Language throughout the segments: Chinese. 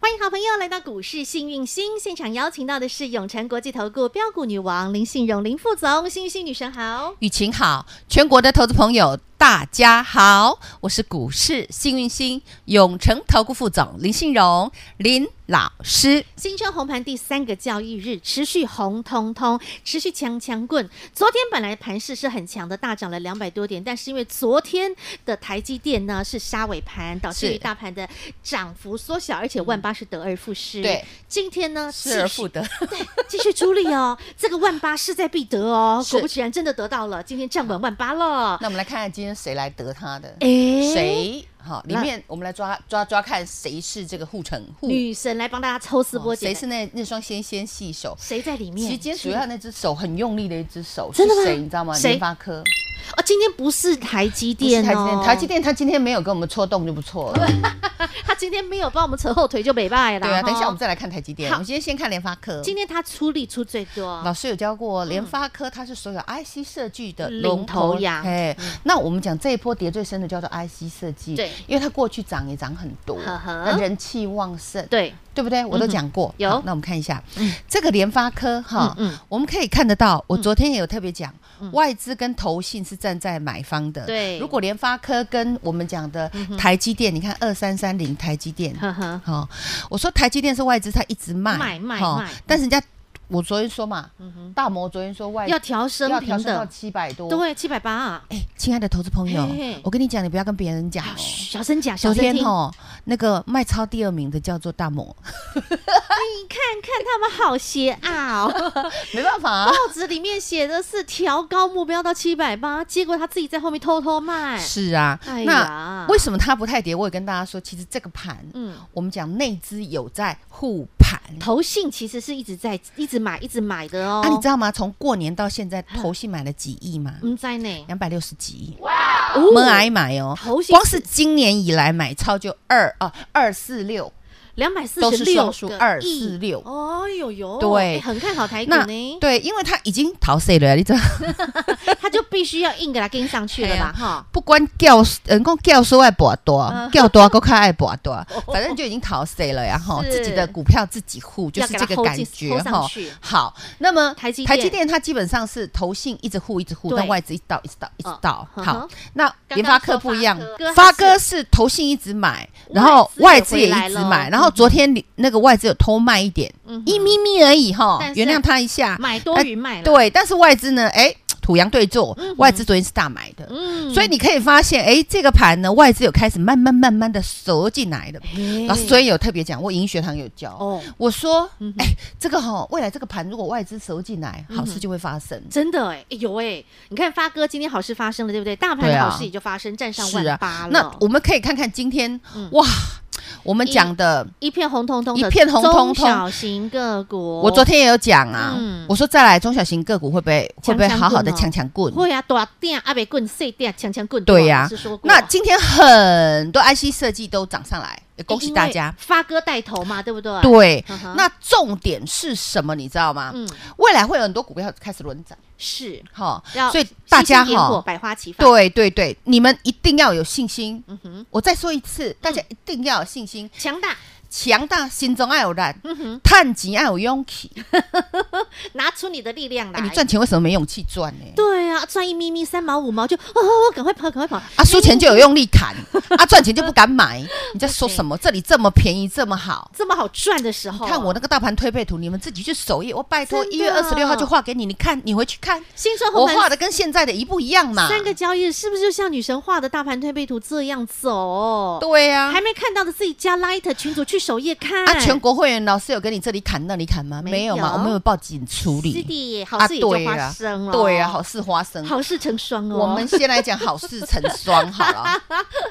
欢迎好朋友来到股市幸运星现场，邀请到的是永诚国际投顾标股女王林信荣林副总，幸运星女神好。雨晴好，全国的投资朋友大家好，我是股市幸运星永诚投顾副总林信荣林老师，新春红盘第三个交易日，持续红通通，持续强强棍。昨天本来盘势是很强的，大涨了两百多点，但是因为昨天的台积电呢是杀尾盘，导致是于大盘的涨幅缩小，而且万八是得而复失。对，今天呢失而复得，对，继续出力哦，这个万八势在必得哦。是果不其然，真的得到了，今天站稳万八了。那我们来看看今天谁来得他的，哎谁好？里那面我们来抓抓抓看谁是这个护城护，女神来帮大家抽丝哦剥茧谁的，是那那双纤纤细手？谁在里面？其实今天主是要那只手很用力的一只手，真的吗是谁你知道吗？谁联发科，哦，今天不是台积不是电台积哦啊电，，台积电它今天没有跟我们戳动就不错了。他今天没有帮我们扯后腿就没败了。对啊，哈等一下我们再来看台积哦电，好我们今天先看联发科。今天他出力出最多老，师有教过，联发科它是所有 IC 设计的嗯领头羊嗯哎，那我们讲这一波跌最深的叫做 IC 设计，对因为它过去涨也涨很多，呵呵那人气旺盛，对，嗯对不对？我都讲过。有好那我们看一下这个联发科哈嗯嗯，我们可以看得到，我昨天也有特别讲，外资跟投信是站在买方的。对嗯如果联发科跟我们讲的台积电，你看二三三零台积电，呵呵，好、我说台积电是外资，它一直卖卖卖好卖嗯但是人家我昨天说嘛，大摩昨天说外要调升要调平升到等，七百多，，对，七百八，哎，亲爱的投资朋友嘿嘿，我跟你讲，你不要跟别人讲哦。啊嘘小声讲，小声昨天听，哦，那个卖超第二名的叫做大摩，你看看他们好邪啊 哦！没办法、啊，报纸里面写的是调高目标到七百八，结果他自己在后面偷偷卖，是啊。哎呀那为什么它不太跌？我也跟大家说，其实这个盘，嗯。我们讲内资有在护盘。投信其实是一直在一直买一直买的哦，啊，你知道吗？从过年到现在，投信买了几亿嘛？嗯在呢，两百六十几亿。哦闷癌买哦头，型光是今年以来买超就二啊二四六，两百四都十是六双数2 4 6哦呦呦，对哎很看好台股那呢，对，因为它已经逃税了，你知道？ 他就必须要硬给他跟上去了啊吧，哈，不管叫人讲叫说爱博多，嗯叫多够看爱博 多，反正就已经逃税了呀哈，是自己的股票自己护，就是这个感觉要给它 hold 进 hold 上哈去。好，那么台积电台积电它基本上是投信一直护一直护，对但外资一直到一直到一直到。嗯好哼，那联发科不一样刚刚说，发发科哥是投信一直买，然后外外资资也也回来一直了买，然后昨天你那个外资有偷卖一点，嗯哼一咪咪而已哈但，是原谅他一下。买多于卖了，，啊哎对，但是外资呢，哎，土洋对坐，外资昨天是大买的，嗯所以你可以发现，哎，这个盘呢，外资有开始慢慢慢慢的折进来了。以老师昨天有特别讲，我银学堂有教，哎哦，我说，哎，这个哈，未来这个盘如果外资折进来，好事就会发生。真的哎、哎有哎、你看发哥今天好事发生了，对不对？大盘对的啊好事也就发生，站上是万啊八了，，嗯那我们可以看看今天，哇，我们讲的。一片红彤彤的，一片红彤彤小型个股，我昨天也有讲啊，嗯我说再来中小型个股会不会会不会强强棍好好的哦强强棍？会啊，大电阿北棍，碎电强强棍，对呀是说过那今天很多 IC 设计都涨上来，也恭喜大哎因家为。发哥带头嘛，对不对？，对，嗯哼那重点是什么？你知道吗？嗯，未来会有很多股票开始轮涨，是，哈要，所以大家星星点火哈，百花齐放，，对对对，你们一定要有信心。嗯哼，嗯我再说一次，大家一定要有信心，强大，强大心中要有力，嗯哼，探钱要有勇气。拿出你的力量来，哎你赚钱为什么没勇气赚呢？对啊，赚一咪咪三毛五毛就哦哦哦，赶快跑，赶快跑啊，输钱就有用 力砍，啊，赚钱就不敢买。你在说什么？这里这么便宜，这么好。这么好赚的时候啊，看我那个大盘推背图，你们自己去首页。我拜托，真的一月二十六号就画给你，你看，你回去看，新春红我盘画的跟现在的一不一样嘛？三个交易日是不是就像女神画的大盘推背图这样走？对呀、还没看到的自己加 Light 群组去去首页看啊，全国会员老师有跟你这里砍那里砍吗？没没有嘛，有我们有报警处是理。的，好事也就对发啊生了，对啊，好事花生。好事成双哦。我们先来讲好事成双好 了，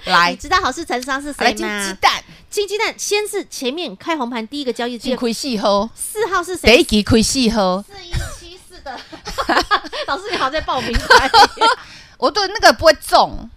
来你知道好事成双是来谁金鸡吗？蛋，金鸡蛋先是前面开红盘第一个交易先日，开四号，四号是第一谁？期开四号。四一七四的 老师，你好像在报名 牌。我对那个不会中，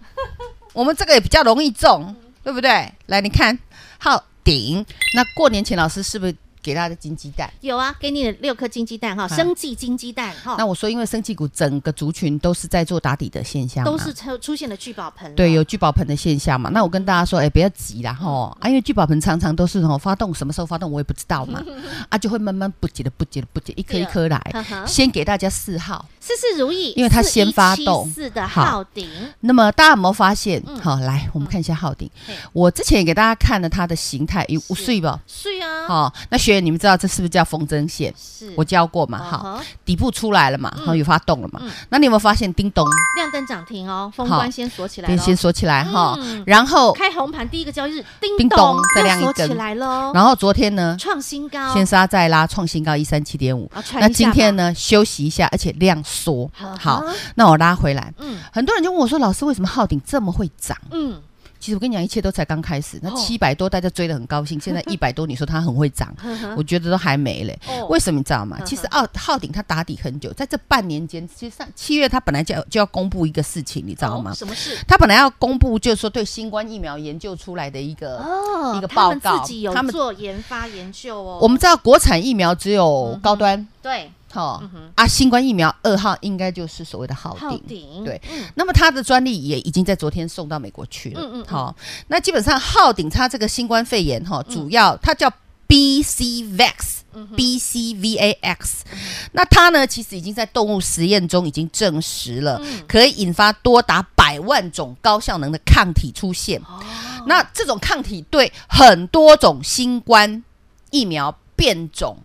我们这个也比较容易中，对不对？来，你看，好顶。那过年前老师是不是给大家金鸡蛋？有啊，给你六颗金鸡蛋哈，啊生计金鸡蛋哈那，我说，因为生技股整个族群都是在做打底的现象嘛，都是出出现了聚宝盆了。啊对有聚宝盆的现象嘛。那我跟大家说，哎、不要急啦吼，嗯啊，因为聚宝盆常常都是吼发动，什么时候发动我也不知道嘛，嗯啊，就会慢慢不急的不急的不急，一颗啊一颗来。呵呵，先给大家四号，事事如意，哎因为它先发动四的好昊鼎，那么大家有没有发现？嗯好，来我们看一下浩鼎嘿。我之前也给大家看了它的形态，有是有水不？是啊，好、那学员你们知道这是不是叫风筝线？是我教过嘛，嗯好、哼底部出来了嘛，嗯好、有发动了嘛。嗯那你有没有发现叮咚？亮灯涨停哦，封好关先锁起来先了。先锁起来哈、嗯然后开红盘第一个交易日，叮叮咚咚再亮一又根锁起来喽，然后昨天呢，创新高。先杀再拉创新高一三七点五。啊，哦传那一下今吧天？呢，休息一下，而且量缩。好好好，那我拉回来。嗯很多人就问我说：“老师，为什么浩鼎这么会涨嗯，？”其实我跟你讲，一切都才刚开始。那哦七百多，大家追得很高兴。现在一百多，你说它很会涨，呵呵我觉得都还没嘞。哦为什么你知道吗嗯？哼其实奥浩鼎它打底很久，在这半年间，其实上七月它本来就要就要公布一个事情，你知道哦吗？什么事？它本来要公布就是说对新冠疫苗研究出来的一个，哦一个他们报告自己有他们做研发研究哦。我们知道国产疫苗只嗯有高端，对哈嗯哼啊，新冠疫苗二号应该就是所谓的浩昊鼎。鼎对嗯那么它的专利也已经在昨天送到美国去了。嗯嗯嗯好，那基本上浩鼎它这个新冠肺炎嗯哈，主要它叫 BCVAX。BCVAX，那它呢，其实已经在动物实验中已经证实了，嗯可以引发多达百万种高效能的抗体出现。哦那这种抗体对很多种新冠疫苗变种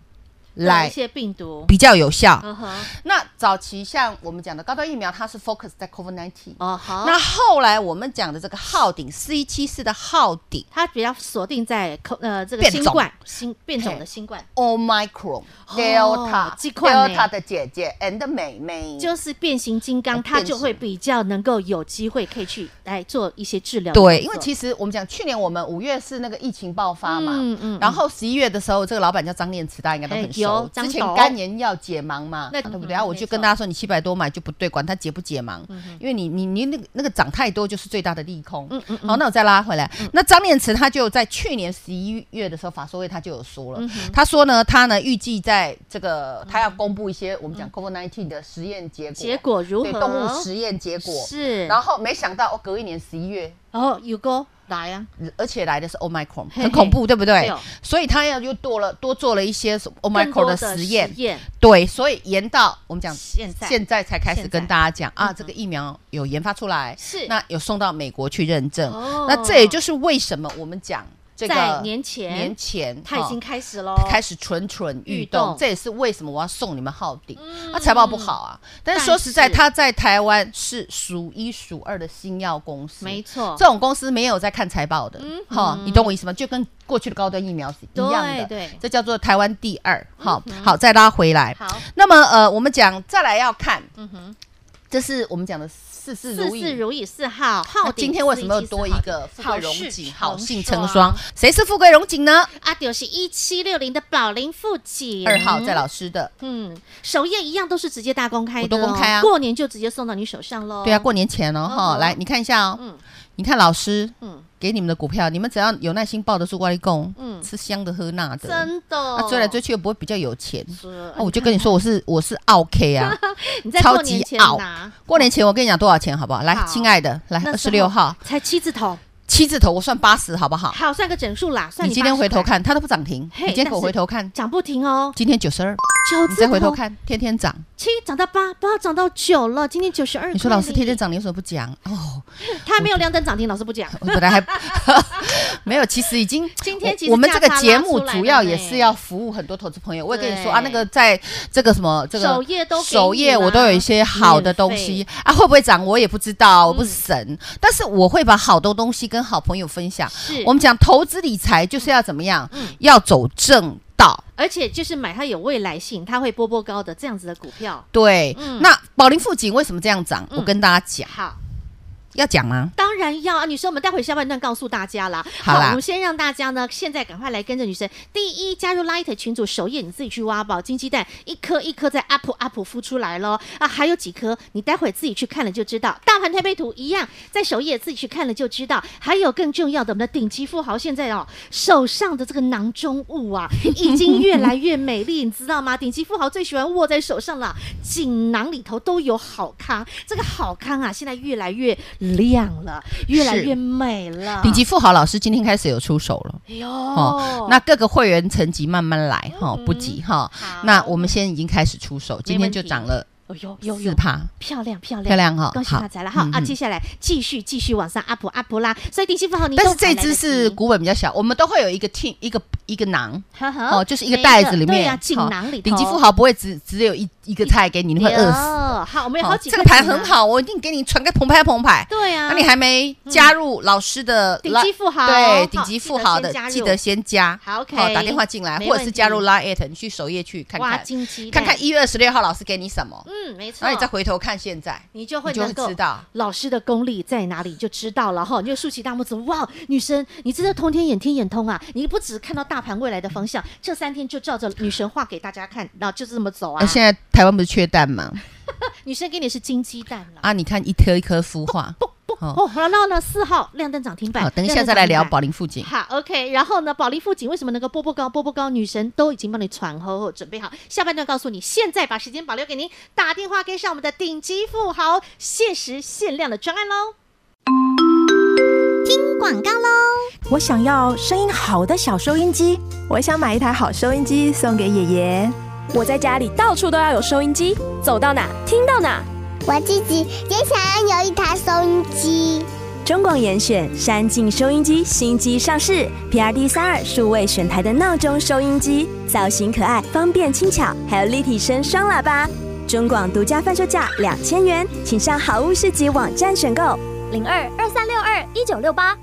来一来些病毒，嗯比较有效。呵呵那早期像我们讲的高端疫苗，它是 focus 在 COVID-19。哦好，那后来我们讲的这个昊鼎四一七四的昊鼎它比较锁定在 co- 呃这个变新种冠新变种嘿的新冠， Omicron、Delta、这哦款呢 Delta 的姐姐 and 妹妹，就是变形金刚，哦它变就会形比较能够有机会可以去来做一些治疗的工作。对，因为其实我们讲去年我们五月是那个疫情爆发嘛，嗯嗯然后十一月的时候，这个老板叫张念慈，大家应该都很哎有熟。张之前董肝炎要解盲嘛，啊那对不嗯对？然后我没就跟错大家说，你七百多买就不对，管它解不解盲，因为你你你那个那个涨太多就是最大的利空。嗯嗯嗯嗯好，那我再拉回来，那张念慈他就在去年十一月的时候，法说会他就有说嗯了，他说呢，他呢预计在这个他要公布一些我们讲 COVID-19 的实验结果，嗯结果如对何？动物实验结果。是，哦然后没想到，哦，隔一年十一月，然后有哥来啊，而且来的是 Omicron，嘿很恐怖，对不对对哦？所以他要又多了多做了一些什么更多 Omicron 的实验，实验对，所以延到我们讲现在现在才开现始在嗯跟大家讲啊，这个疫苗有研发出来，是那有送到美国去认证，哦那这也就是为什么我们讲这在个年前年前它已经哦开始喽，开始蠢蠢欲欲动嗯动，这也是为什么我要送你们昊鼎。它财报不好啊，但是说实在，但是它在台湾是数一数二的新药公司，没错这，种公司没有在看财报的，嗯哈、你懂我意思吗？就跟过去的高端疫苗是一样的，对对嗯这叫做台湾第二，哈、好，再拉回来。好，那么呃，我们讲再来要看，这是我们讲的事事事如意。事如意，四号那号鼎今天为什么又4174多一个富贵好荣事哦景，好成幸成双双？谁是富贵荣景呢？啊？就是一七六零的宝林富锦二号在老师的，嗯，首页一样都是直接大公开的、哦，我都公开啊过年就直接送到你手上喽。对啊，过年前哦，哈、嗯来你看一下哦，嗯你看老师，嗯给你们的股票，你们只要有耐心抱得住，外力供，嗯吃香的喝辣的，真的、哦啊，追来追去又不会比较有钱。是 哎啊、我就跟你说，我是我是 OK 啊。 你在超过年级前傲拿，过年前我跟你讲多少钱好不好？来好，亲爱的，来那二时十候六号才七字头，七字头，我算八十好不好？好算个整数啦，算你今天80回头块看，它都不涨停。嘿你今天但给我是回头看，涨不停哦，今天九十二，九你字再回头头，看，天天涨。七涨到八，八涨到九了，今天九十二。你说老师天天，涨，你为什么不讲？哦，他还没有两等涨停，老师不 讲。我本来还没有，其实已经。 今天其实我们这个价差节拉出目来主了要呢也是要服务很多投资朋友。我也跟你说啊，对那个在这个什么这个首页都给首你页我都有一啦些好的东免嗯西啊，会不会涨我也不知道，我不是神，但是我会把好多东西跟好朋友分享。是我们讲投资理财就是要怎么样嗯，要走正道。而且就是买它有未来性，它会波波高的这样子的股票。对嗯，那宝林富锦为什么这样涨？嗯我跟大家讲，好，要讲吗？当然要啊！女生，我们待会下半段告诉大家啦。好啦我们先让大家呢，现在赶快来跟着女生。第一，加入 Light 群组，首页你自己去挖宝，金鸡蛋一颗一颗在 up up 孵出来咯。啊，还有几颗，你待会自己去看了就知道。大盘推背图一样，在首页自己去看了就知道。还有更重要的，我们的顶级富豪现在哦，手上的这个囊中物啊，已经越来越美丽，你知道吗？顶级富豪最喜欢握在手上了，锦囊里头都有好康，这个好康啊，现在越来越亮了，越来越美了。顶级富豪老师今天开始有出手了。哎呦，哦，那各个会员层级慢慢来哈、嗯不急哈、好那我们现在已经开始出手，今天就涨了哎呦呦四呦，趴，漂亮漂亮漂亮哈恭喜好发财了哈嗯啊！嗯接下来继续继续往上 up up 啦，所以顶级富豪你但都是这还来得只是及股本比较小，我们都会有一个 team 一个一个囊。呵呵哦，就是一个每袋子里面，对啊，锦好囊里头顶级富豪不会只只有一一个菜给你，你会饿死。哟好，我们有好好几这个块盘锦囊很，好，我一定给你传个澎湃澎湃。对啊，那你还没加入老师的顶 Li- 级富豪好对顶级富豪的记得先加，入记得先加，好，OK 打电话进来，没或者问是题加入 Line，at，你去首页去看哇看，金鸡看蛋看一月二十六号老师给你什么，嗯，啊没错，然后你再回头看现在，你就会你就会能够知道老师的功力在哪里，就知道了哈。你就竖起大拇指，哇，女神，你真的通天眼、天眼通啊！你不只看到大盘未来的方向，这三天就照着女神画给大家看，然后就是这么走啊那。哦现在台湾不是缺蛋吗？女生给你是金鸡蛋了。啊，你看一颗一颗孵化。哦，哦，好了，那呢四号亮灯涨停板好，，等一下亮灯再来涨停聊板宝林附近。好，OK。然后呢，保利富锦为什么能够波波高？波波高，女神都已经帮你传吼吼准备好。下半段告诉你，现在把时间保留给您，打电话跟上我们的顶级富豪，限时限量的专案喽。广告喽！我想要声音好的小收音机，我想买一台好收音机送给爷爷。我在家里到处都要有收音机，走到哪听到哪。我自己也想要有一台收音机。中广严选山境收音机新机上市，PRD 三二数位选台的闹钟收音机，造型可爱，方便轻巧，还有立体声双喇叭。中广独家贩售价两千元，请上好物市集网站选购。零二二三六二一九六八。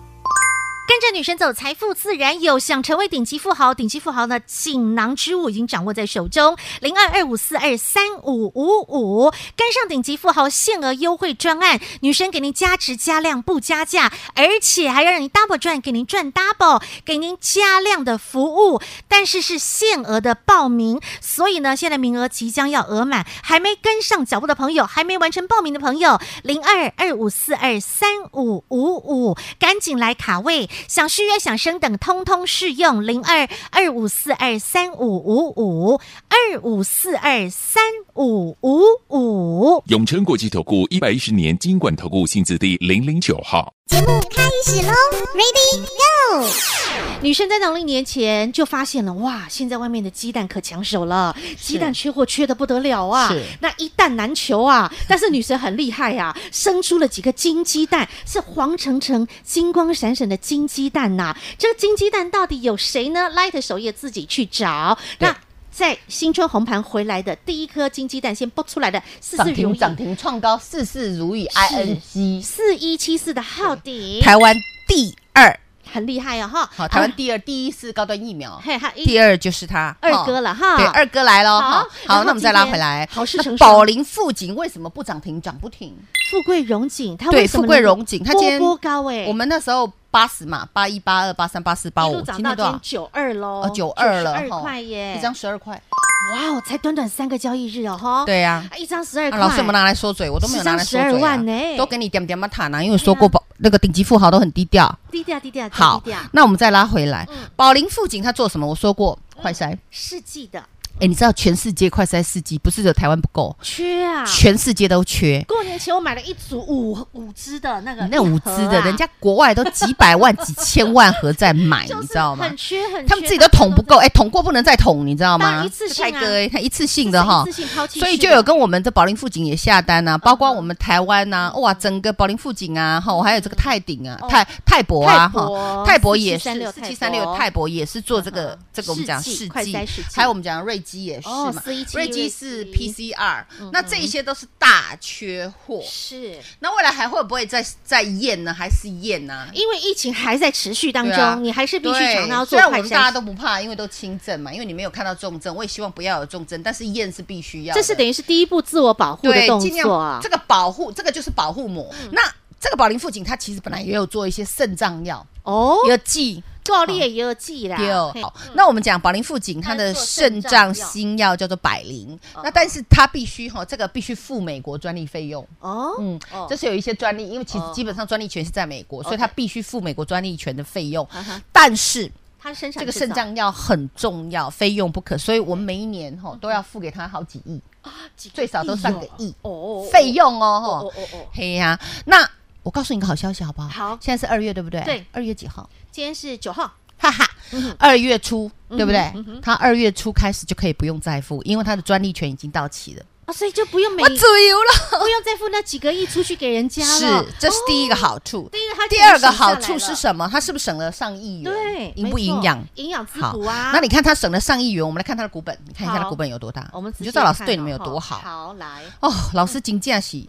跟着女神走，财富自然有。想成为顶级富豪，顶级富豪呢，锦囊之物已经掌握在手中。零二二五四二三五五五，跟上顶级富豪限额优惠专案，女神给您加值加量不加价，而且还要让你 double 赚，给您赚 double，给您加量的服务，但是是限额的报名。所以呢，现在名额即将要额满，还没跟上脚步的朋友，还没完成报名的朋友，零二二五四二三五五五，赶紧来卡位！想续约、想升等，通通适用零二二五四二三五五五二五四二三五五五。永诚国际投顾一百一十年金管投顾新字第零零九号。开始喽，Ready Go！女生在农历年前就发现了，哇，现在外面的鸡蛋可抢手了，鸡蛋缺货缺的不得了啊是，那一蛋难求啊。但是女神很厉害呀、生出了几个金鸡蛋，是黄澄澄、金光闪闪的金鸡蛋呐、这个金鸡蛋到底有谁呢？Light 首页自己去找。对那在新春红盘回来的第一颗金鸡蛋，先剥出来的，事事涨如停意，涨停创高，事事如意，ING 四一七四的浩鼎，台湾第二，很厉害哦哈。好，台湾啊第二，第一是高端疫苗，嘿哈一第二就是它二哥了。了哈，对，二哥来好了哈。然后好，那我们再拉回来。今天好事那成双宝林富锦为什么不涨停涨不停？富贵荣景，它为对，什么富贵能够荣景，它今天波波高哎、我们那时候八十嘛，八一八二八三八四八一五路，涨今到天今天多少？九二喽，哦，九二了二哈块耶，一张十二块。哇哦，才短短三个交易日哦哈，对呀。啊，一张十二那块，老师有没有拿来说嘴？我都没有拿来说嘴啊。十张12万呢都给你点点嘛塔呢，因为说过宝那个顶级富豪都很低调。低调低调好低调，，那我们再拉回来嗯，宝林富锦他做什么？我说过，快筛。世纪的哎，你知道全世界快筛试剂不是只有台湾不够，缺啊！全世界都缺。过年前我买了一组五五支的那个、啊那五支的，人家。家国外都几百万、几千万 盒在买，就是你知道吗很？缺很缺，他们自己都大家捅不够，哎，捅过不能再捅，你知道当吗？然一次性啊太哥，哎，他一次这性是的哈一次，性抛弃式的，嗯所以就有跟我们的宝林富锦也下单啊，包括我们台湾呐、啊，哇，整个宝林富锦啊，哈，还有这个泰鼎啊、哦泰泰博啊，泰博哈，泰博也是4736四七三六，泰博也是做这个嗯哼这个我们讲试剂试快筛试剂剂，还有我们讲瑞基也是哦嘛417，瑞基是瑞基 PCR，那这一些都是大缺货，嗯是那未来还会不会再再验呢？还是验啊呢？因为疫情还在持续当对啊中，你还是必须对常常要虽做然我快们大家筛。都不怕，因为都轻症嘛，因为你没有看到重症，我也希望不要有重症，但是验是必须要的，这是等于是第一步自我保护的对，动尽量作啊嗯这，个保护，这个就是保护膜。那这个保龄富锦，它其实本来也有做一些肾脏药，哦，有剂。爆裂也有记啦，有嘿嗯好，那我们讲保龄富锦，它它的做肾肾脏脏哦新药叫做百灵，那但是它必须哈，这个必须付美国专利费用。哦，嗯哦，这是有一些专利，因为其实哦基本上专利权是在美国，所以 OK 它必须付美国专利权的费用啊哈。但是他身上这个肾脏药很重要，非用不可，所以我们每一年哈都要付给他好啊几亿，嗯最少都上个亿哦费用哦哈。哦哦哦，嘿呀、那我告诉你个好消息好不好？好现在是二月对不对？对嗯二月几号？今天是九号，哈哈，二月初对不对？嗯他二月初开始就可以不用再付，因为他的专利权已经到期了。啊，所以就不用每我自由了，不用再付那几个亿出去给人家了哦是，，这是第一个好处。第一个它第二个好处节省下来是了什么？他是不是省了上亿元？对，营没不营错养？营养滋好补啊，，那你看他省了上亿元，我们来看他的股本，你看一下他好的股本有多大，我们仔你就细知道老师看对哦你们有多吼好好，嗯来，哦。老师金价喜，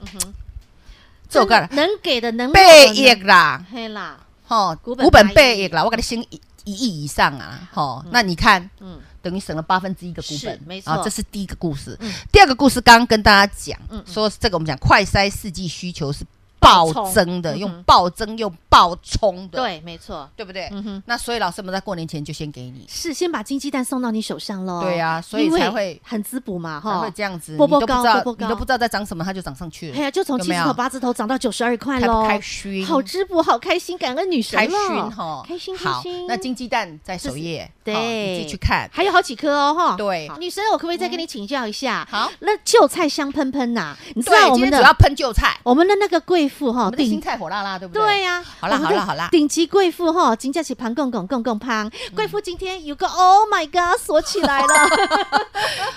这我真干的能给的能背也业啦，嘿啦，吼，股股本本八倍亿也啦，我给你先一一亿以上啊，吼，那你看，嗯嗯，等于省了八分之一个股本是，没错啊嗯这是第一个故事。第二个故事刚刚跟大家讲，说这个我们讲快筛试剂需求是暴暴冲增嗯的，哼用暴增又暴冲的，对，没错，对不对嗯哼？那所以老师们在过年前就先给你，是先把金鸡蛋送到你手上喽。对啊所以因为才会很滋补嘛，才哈，会这样子，你哦波都波不高知道波波，你高都不知道在涨什么，它就涨上去了。哎呀，就从有七没十有头八字头涨到九十二块开喽，不开心好滋补，好开心，感恩女神开咯熏哈，开心开好心。，那金鸡蛋在首页，对好你自己去看。还有好几颗哦，哈，对嗯好女神，我可不可以再跟你请教一下？好，那就菜香喷喷呐，你知道对，我今们天主要的喷韭菜，我们的那个贵妇我哈，们的顶新菜火辣辣，对不对？对呀、好啦我们好啦的好啦嗯顶级贵妇哈，金价起盘共共共共胖，贵妇今天有个 Oh my God 锁起来 Oh 了，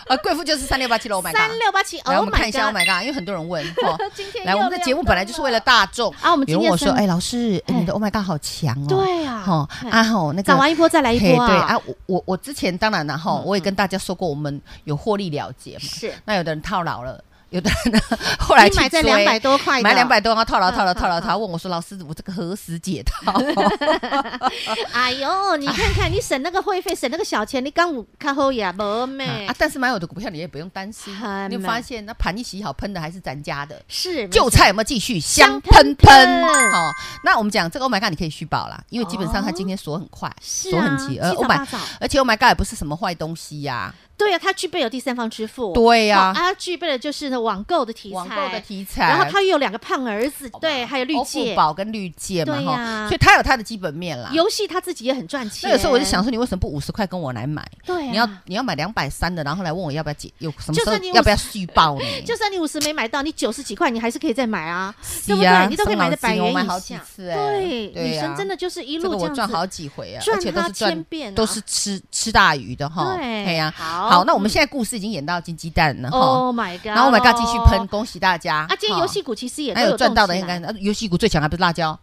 呃，贵妇就是三六八七了，Oh my 三 god！六八七来，我 Oh 们看 my 一下，Oh God， my god！因为很多 人问，哦今天来，又我们的亮节目灯本来就是为了大众啊我们今有人问天我说，三哎，老师，哎哎你的 Oh my god 好强哦，对啊哦哎啊吼，那个涨完一波再来一嘿波啊，嗯对啊，我我我之前当然了哈，我也跟大家说过，我们有获利了结嘛，是那有的人套牢了，有的人呢后来你去买在追200多块的买两百多，然后套牢套牢嗯套牢，他问我说：“老师，我这个何时解套哎呦，你看看你省那个会费，省那个小钱，你刚五看后也没？”妹啊，，但是买我的股票你也不用担心还，你有没发现那盘一洗好喷的还是咱家的。是啊没韭错菜有没有继续香喷喷喷喷？好，那我们讲这个 Oh my God，你可以续保啦，因为基本上它今天锁很快，是锁啊很急，而七 Oh 早八 my，早，而且 Oh my God 也不是什么坏东西呀，对啊，它具备有第三方支付，对啊，呀，它具备的就是呢网购的题材，网购的题材，然后它又有两个胖儿子，对，还有绿欧界付，宝跟绿界嘛对呀哈，所以它有它的基本面啦。游戏它自己也很赚钱。啊那有时候我就想，说，你为什么不五十块跟我来买？对啊你要你要买两百三的，然后来问我要不要解，有什么就时候算你要不要续报呢？ 就算你五十没买到，你九十几块，你还是可以再买啊，是对不啊对？你都可以买的百元我买以好几下。次哎，对，女啊生真的就是一这路个这我样子赚好几回啊，赚而且都它是赚千遍啊都是吃吃大鱼的哈。对哎呀，好好，那我们现在故事已经演到金鸡蛋了哈， Oh my god！然后我们 d 继续喷，恭喜大家啊，今天哈游戏股其实也都还有赚到的应应该该呃游戏股最强还不是辣椒？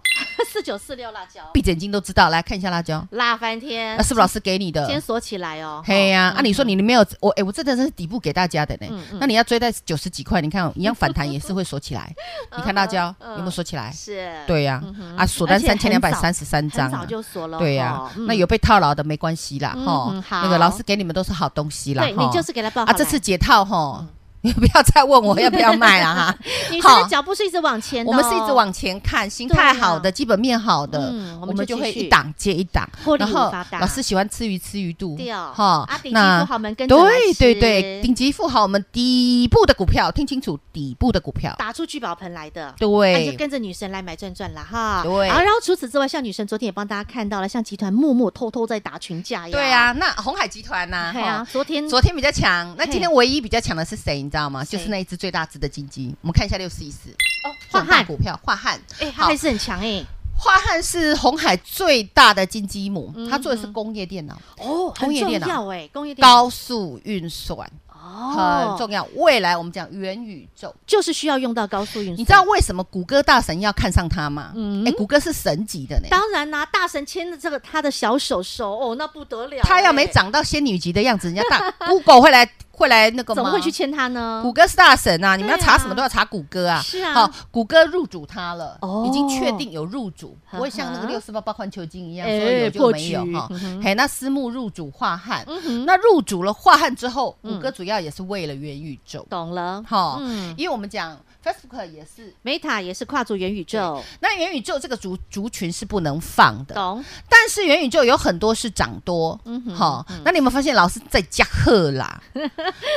四九四六辣椒闭着眼睛都知道，来看一下辣椒，辣翻天那，啊是不是老师给你的今？天锁起来哦。嘿呀，哦啊，你说你没有我，哎，我这真的是底部给大家的呢嗯嗯。那你要追在九十几块，你看一样反弹也是会锁起 来。你看辣椒有没有锁起来？是，对呀嗯哼，啊，锁单而且三很千两百早三十三张很啊早。就锁了哦。对呀、嗯那有被套牢的没关系啦，嗯哈、嗯好那个老师给你们都是好东西啦，对你哈就是给他报好啊，这来嗯次解套哈。你不 要再问我要不要卖 了哈。女生的好脚步是一直往前的我哦、们是一直往前看，心对态啊好的，基本面好的嗯，我我们们就就继会续一档接一档获。利然后发达老师喜欢吃鱼，吃鱼肚对哦，哈啊，顶级那富豪们跟着来对吃对对，顶级富豪，我们底部的股票，听清楚，底部的股票，打出聚宝盆来的。那啊你就对，跟着女神来买赚赚啦哈。对啊，然后除此之外，像女神昨天也帮大家看到了，像集团默默偷偷在打群架呀。对啊，那红海集团呐，对啊哈，昨天昨天比较强，那嘿今天唯一比较强的是谁？你知道吗？谁就是那一只最大只的金鸡。我们看一下六四一四，哦，这华种大汉，股票，华汉，哎，他好还是很强哎。华汉是红海最大的金鸡母嗯，它做的是工业电脑、哦，很工业重电脑要哎，工业电脑欸高速运算，哦很重要。未来我们讲元宇宙，就是需要用到高速运算。你知道为什么谷歌大神要看上它吗？嗯哎，谷歌是神级的呢。当然啦，大神牵着这个他的小手手，哦，那不得了欸。它要没长到仙女级的样子，人家 大 Google 会来会来那个怎吗？么会去牵他呢？谷歌是大神啊，你们要对啊查什么都要查谷歌啊。是啊好，谷歌入主它了哦，已经确定有入主，呵呵不会像那个六四八八环球金一样哎说有就没有破局哈嗯。嘿，那私募入主化汉，嗯哼，那入主了化汉之后，嗯谷歌主要也是为了元宇宙，懂了。哈嗯，因为我们讲 Facebook 也是， Meta 也是跨足元宇宙，那元宇宙这个族族群是不能放的，懂？但是元宇宙有很多是涨多嗯哼，哈。那你有没有发现老师在加贺 啦？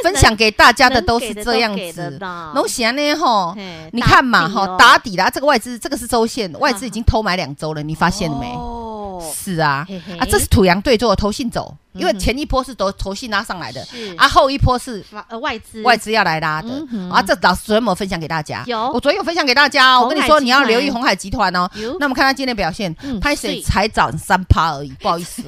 分享给大家的都是这样能给的都给子的啦，农喜啊那吼嘿，你看打嘛底哦嗯哈，打底啦，这个外资这个是周线，外资已经偷买两周了，你发现了没？哦，是啊嘿嘿，啊，这是土洋对坐，投信走，因为嗯哼前一波是投投信拉上来的是，啊，后一波是法呃外资外资要来拉的嗯哼啊。这老师昨天有没有分享给大家？有我昨天有分享给大家哦。我跟你红海说，集团你要留意红海集团哦有。那我们看他今天表现嗯，拍谁是才涨三 趴而已，不好意思，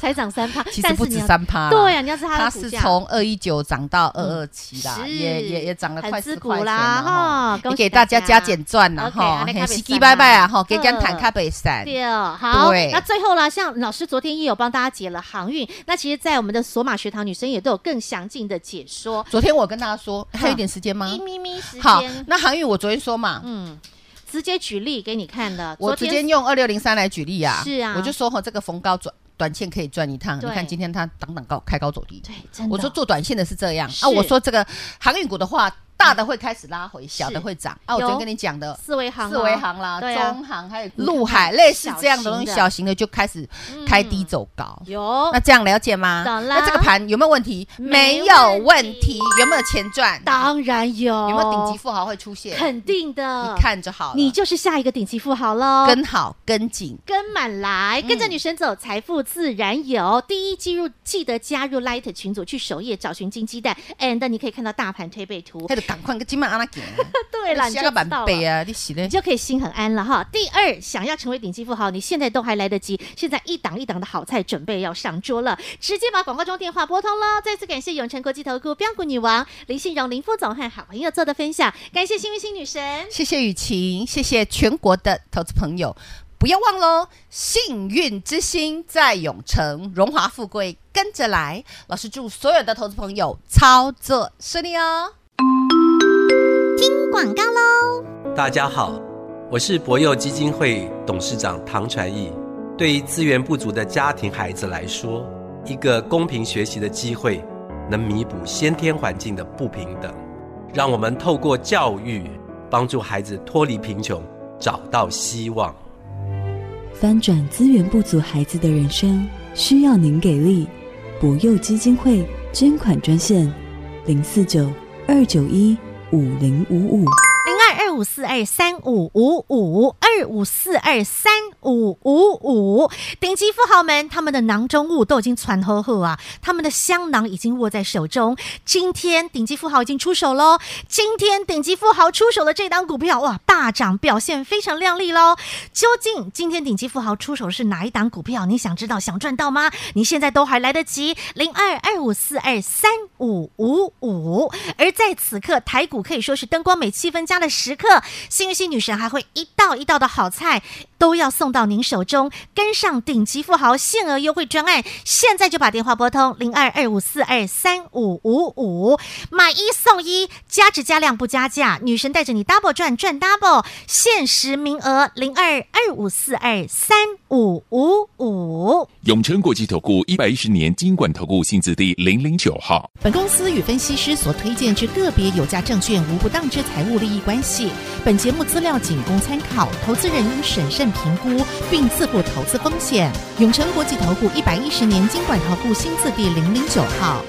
才涨三趴，其实但不是止你要三趴啦。对啊呀，你要是它它的股是价嗯从二一九涨到二二七啦，是也也也涨了快很自四股块钱啦啦哈，哈。恭你喜给大家加减赚啦 OK，哈，安尼嘿较袂是散基拜拜啦啊哈，给干坦呵卡北山。对，哦好，对那最后啦，像老师昨天也有帮大家解了航运，那其实，在我们的索马学堂，女生也都有更详尽的解说。昨天我跟大家说，还有一点时间吗一？咪咪时嗯好间，，那航运我昨天说嘛，嗯，直接举例给你看了。我昨直天接用二六零三来举例啊，是啊我就说哈，这个逢高转短线可以赚一趟，你对看今天它挡挡高开高走低，对，哎真的我说做短线的是这样是啊，我说这个航运股的话，大的会开始拉回，小的会涨啊，我昨有天跟你讲的。四维行，四维行啦，对啊中行还有陆海，类似这样的嗯东小西，型的小型的就开始开低走高。有那这样了解吗？懂了那这个盘有没有问题？没没问题有问题，有没有钱赚？当然有，有没有顶级富豪会出现？肯定的，嗯你，看就好了，你就是下一个顶级富豪喽。跟嗯好跟紧。跟满来，跟着女神走，财富自然有。第一，记入记得加入 Light 群组，去首页找寻金鸡蛋，and 你可以看到大盘推背图。他就赶快跟今晚阿拉给， 对了，你就下知啊个道版背了。啊，你洗嘞你。就可以心很安了哈。第二，想要成为顶级富豪，你现在都还来得及。现在一档一档的好菜准备要上桌了，直接把广告中电话拨通喽。再次感谢永诚国际投顾标股女王林信荣林副总和好朋友做的分享，感谢幸运星女神。谢谢雨晴，谢谢全国的投资朋友，不要忘喽！幸运之星在永城，荣华富贵跟着来。老师祝所有的投资朋友操作顺利哦！广告喽。大家好，我是博幼基金会董事长唐传义。对于资源不足的家庭孩子来说，一个公平学习的机会，能弥补先天环境的不平等。让我们透过教育，帮助孩子脱离贫穷，找到希望。翻转资源不足孩子的人生，需要您给力。博幼基金会捐款专线：零四九二九一五零五五。零二二五四二三五五五二五四二三五五五，顶级富豪们，他们的囊中物都已经传呵呵啊，他们的香囊已经握在手中。今天顶级富豪已经出手喽，今天顶级富豪出手的这档股票哇，大涨，表现非常亮丽喽。究竟今天顶级富豪出手是哪一档股票？你想知道、想赚到吗？你现在都还来得及，零二二五四二三五五五。而在此刻，台股可以说是灯光美、气氛佳的时刻，课，幸运星女神还会一道一道的好菜都要送到您手中。跟上顶级富豪限额优惠专案，现在就把电话拨通零二二五四二三五五五，买一送一，加值加量不加价，女神带着你 double 赚赚 double，限时名额零二二五四二三五五五。永诚国际投顾一百一十年金管投顾性质第零零九号。本公司与分析师所推荐之个别有价证券无不当之财务利益关系。本节目资料仅供参考，投资人应审慎评估并自负投资风险。永诚国际投顾一百一十年经管投顾新字第零零九号。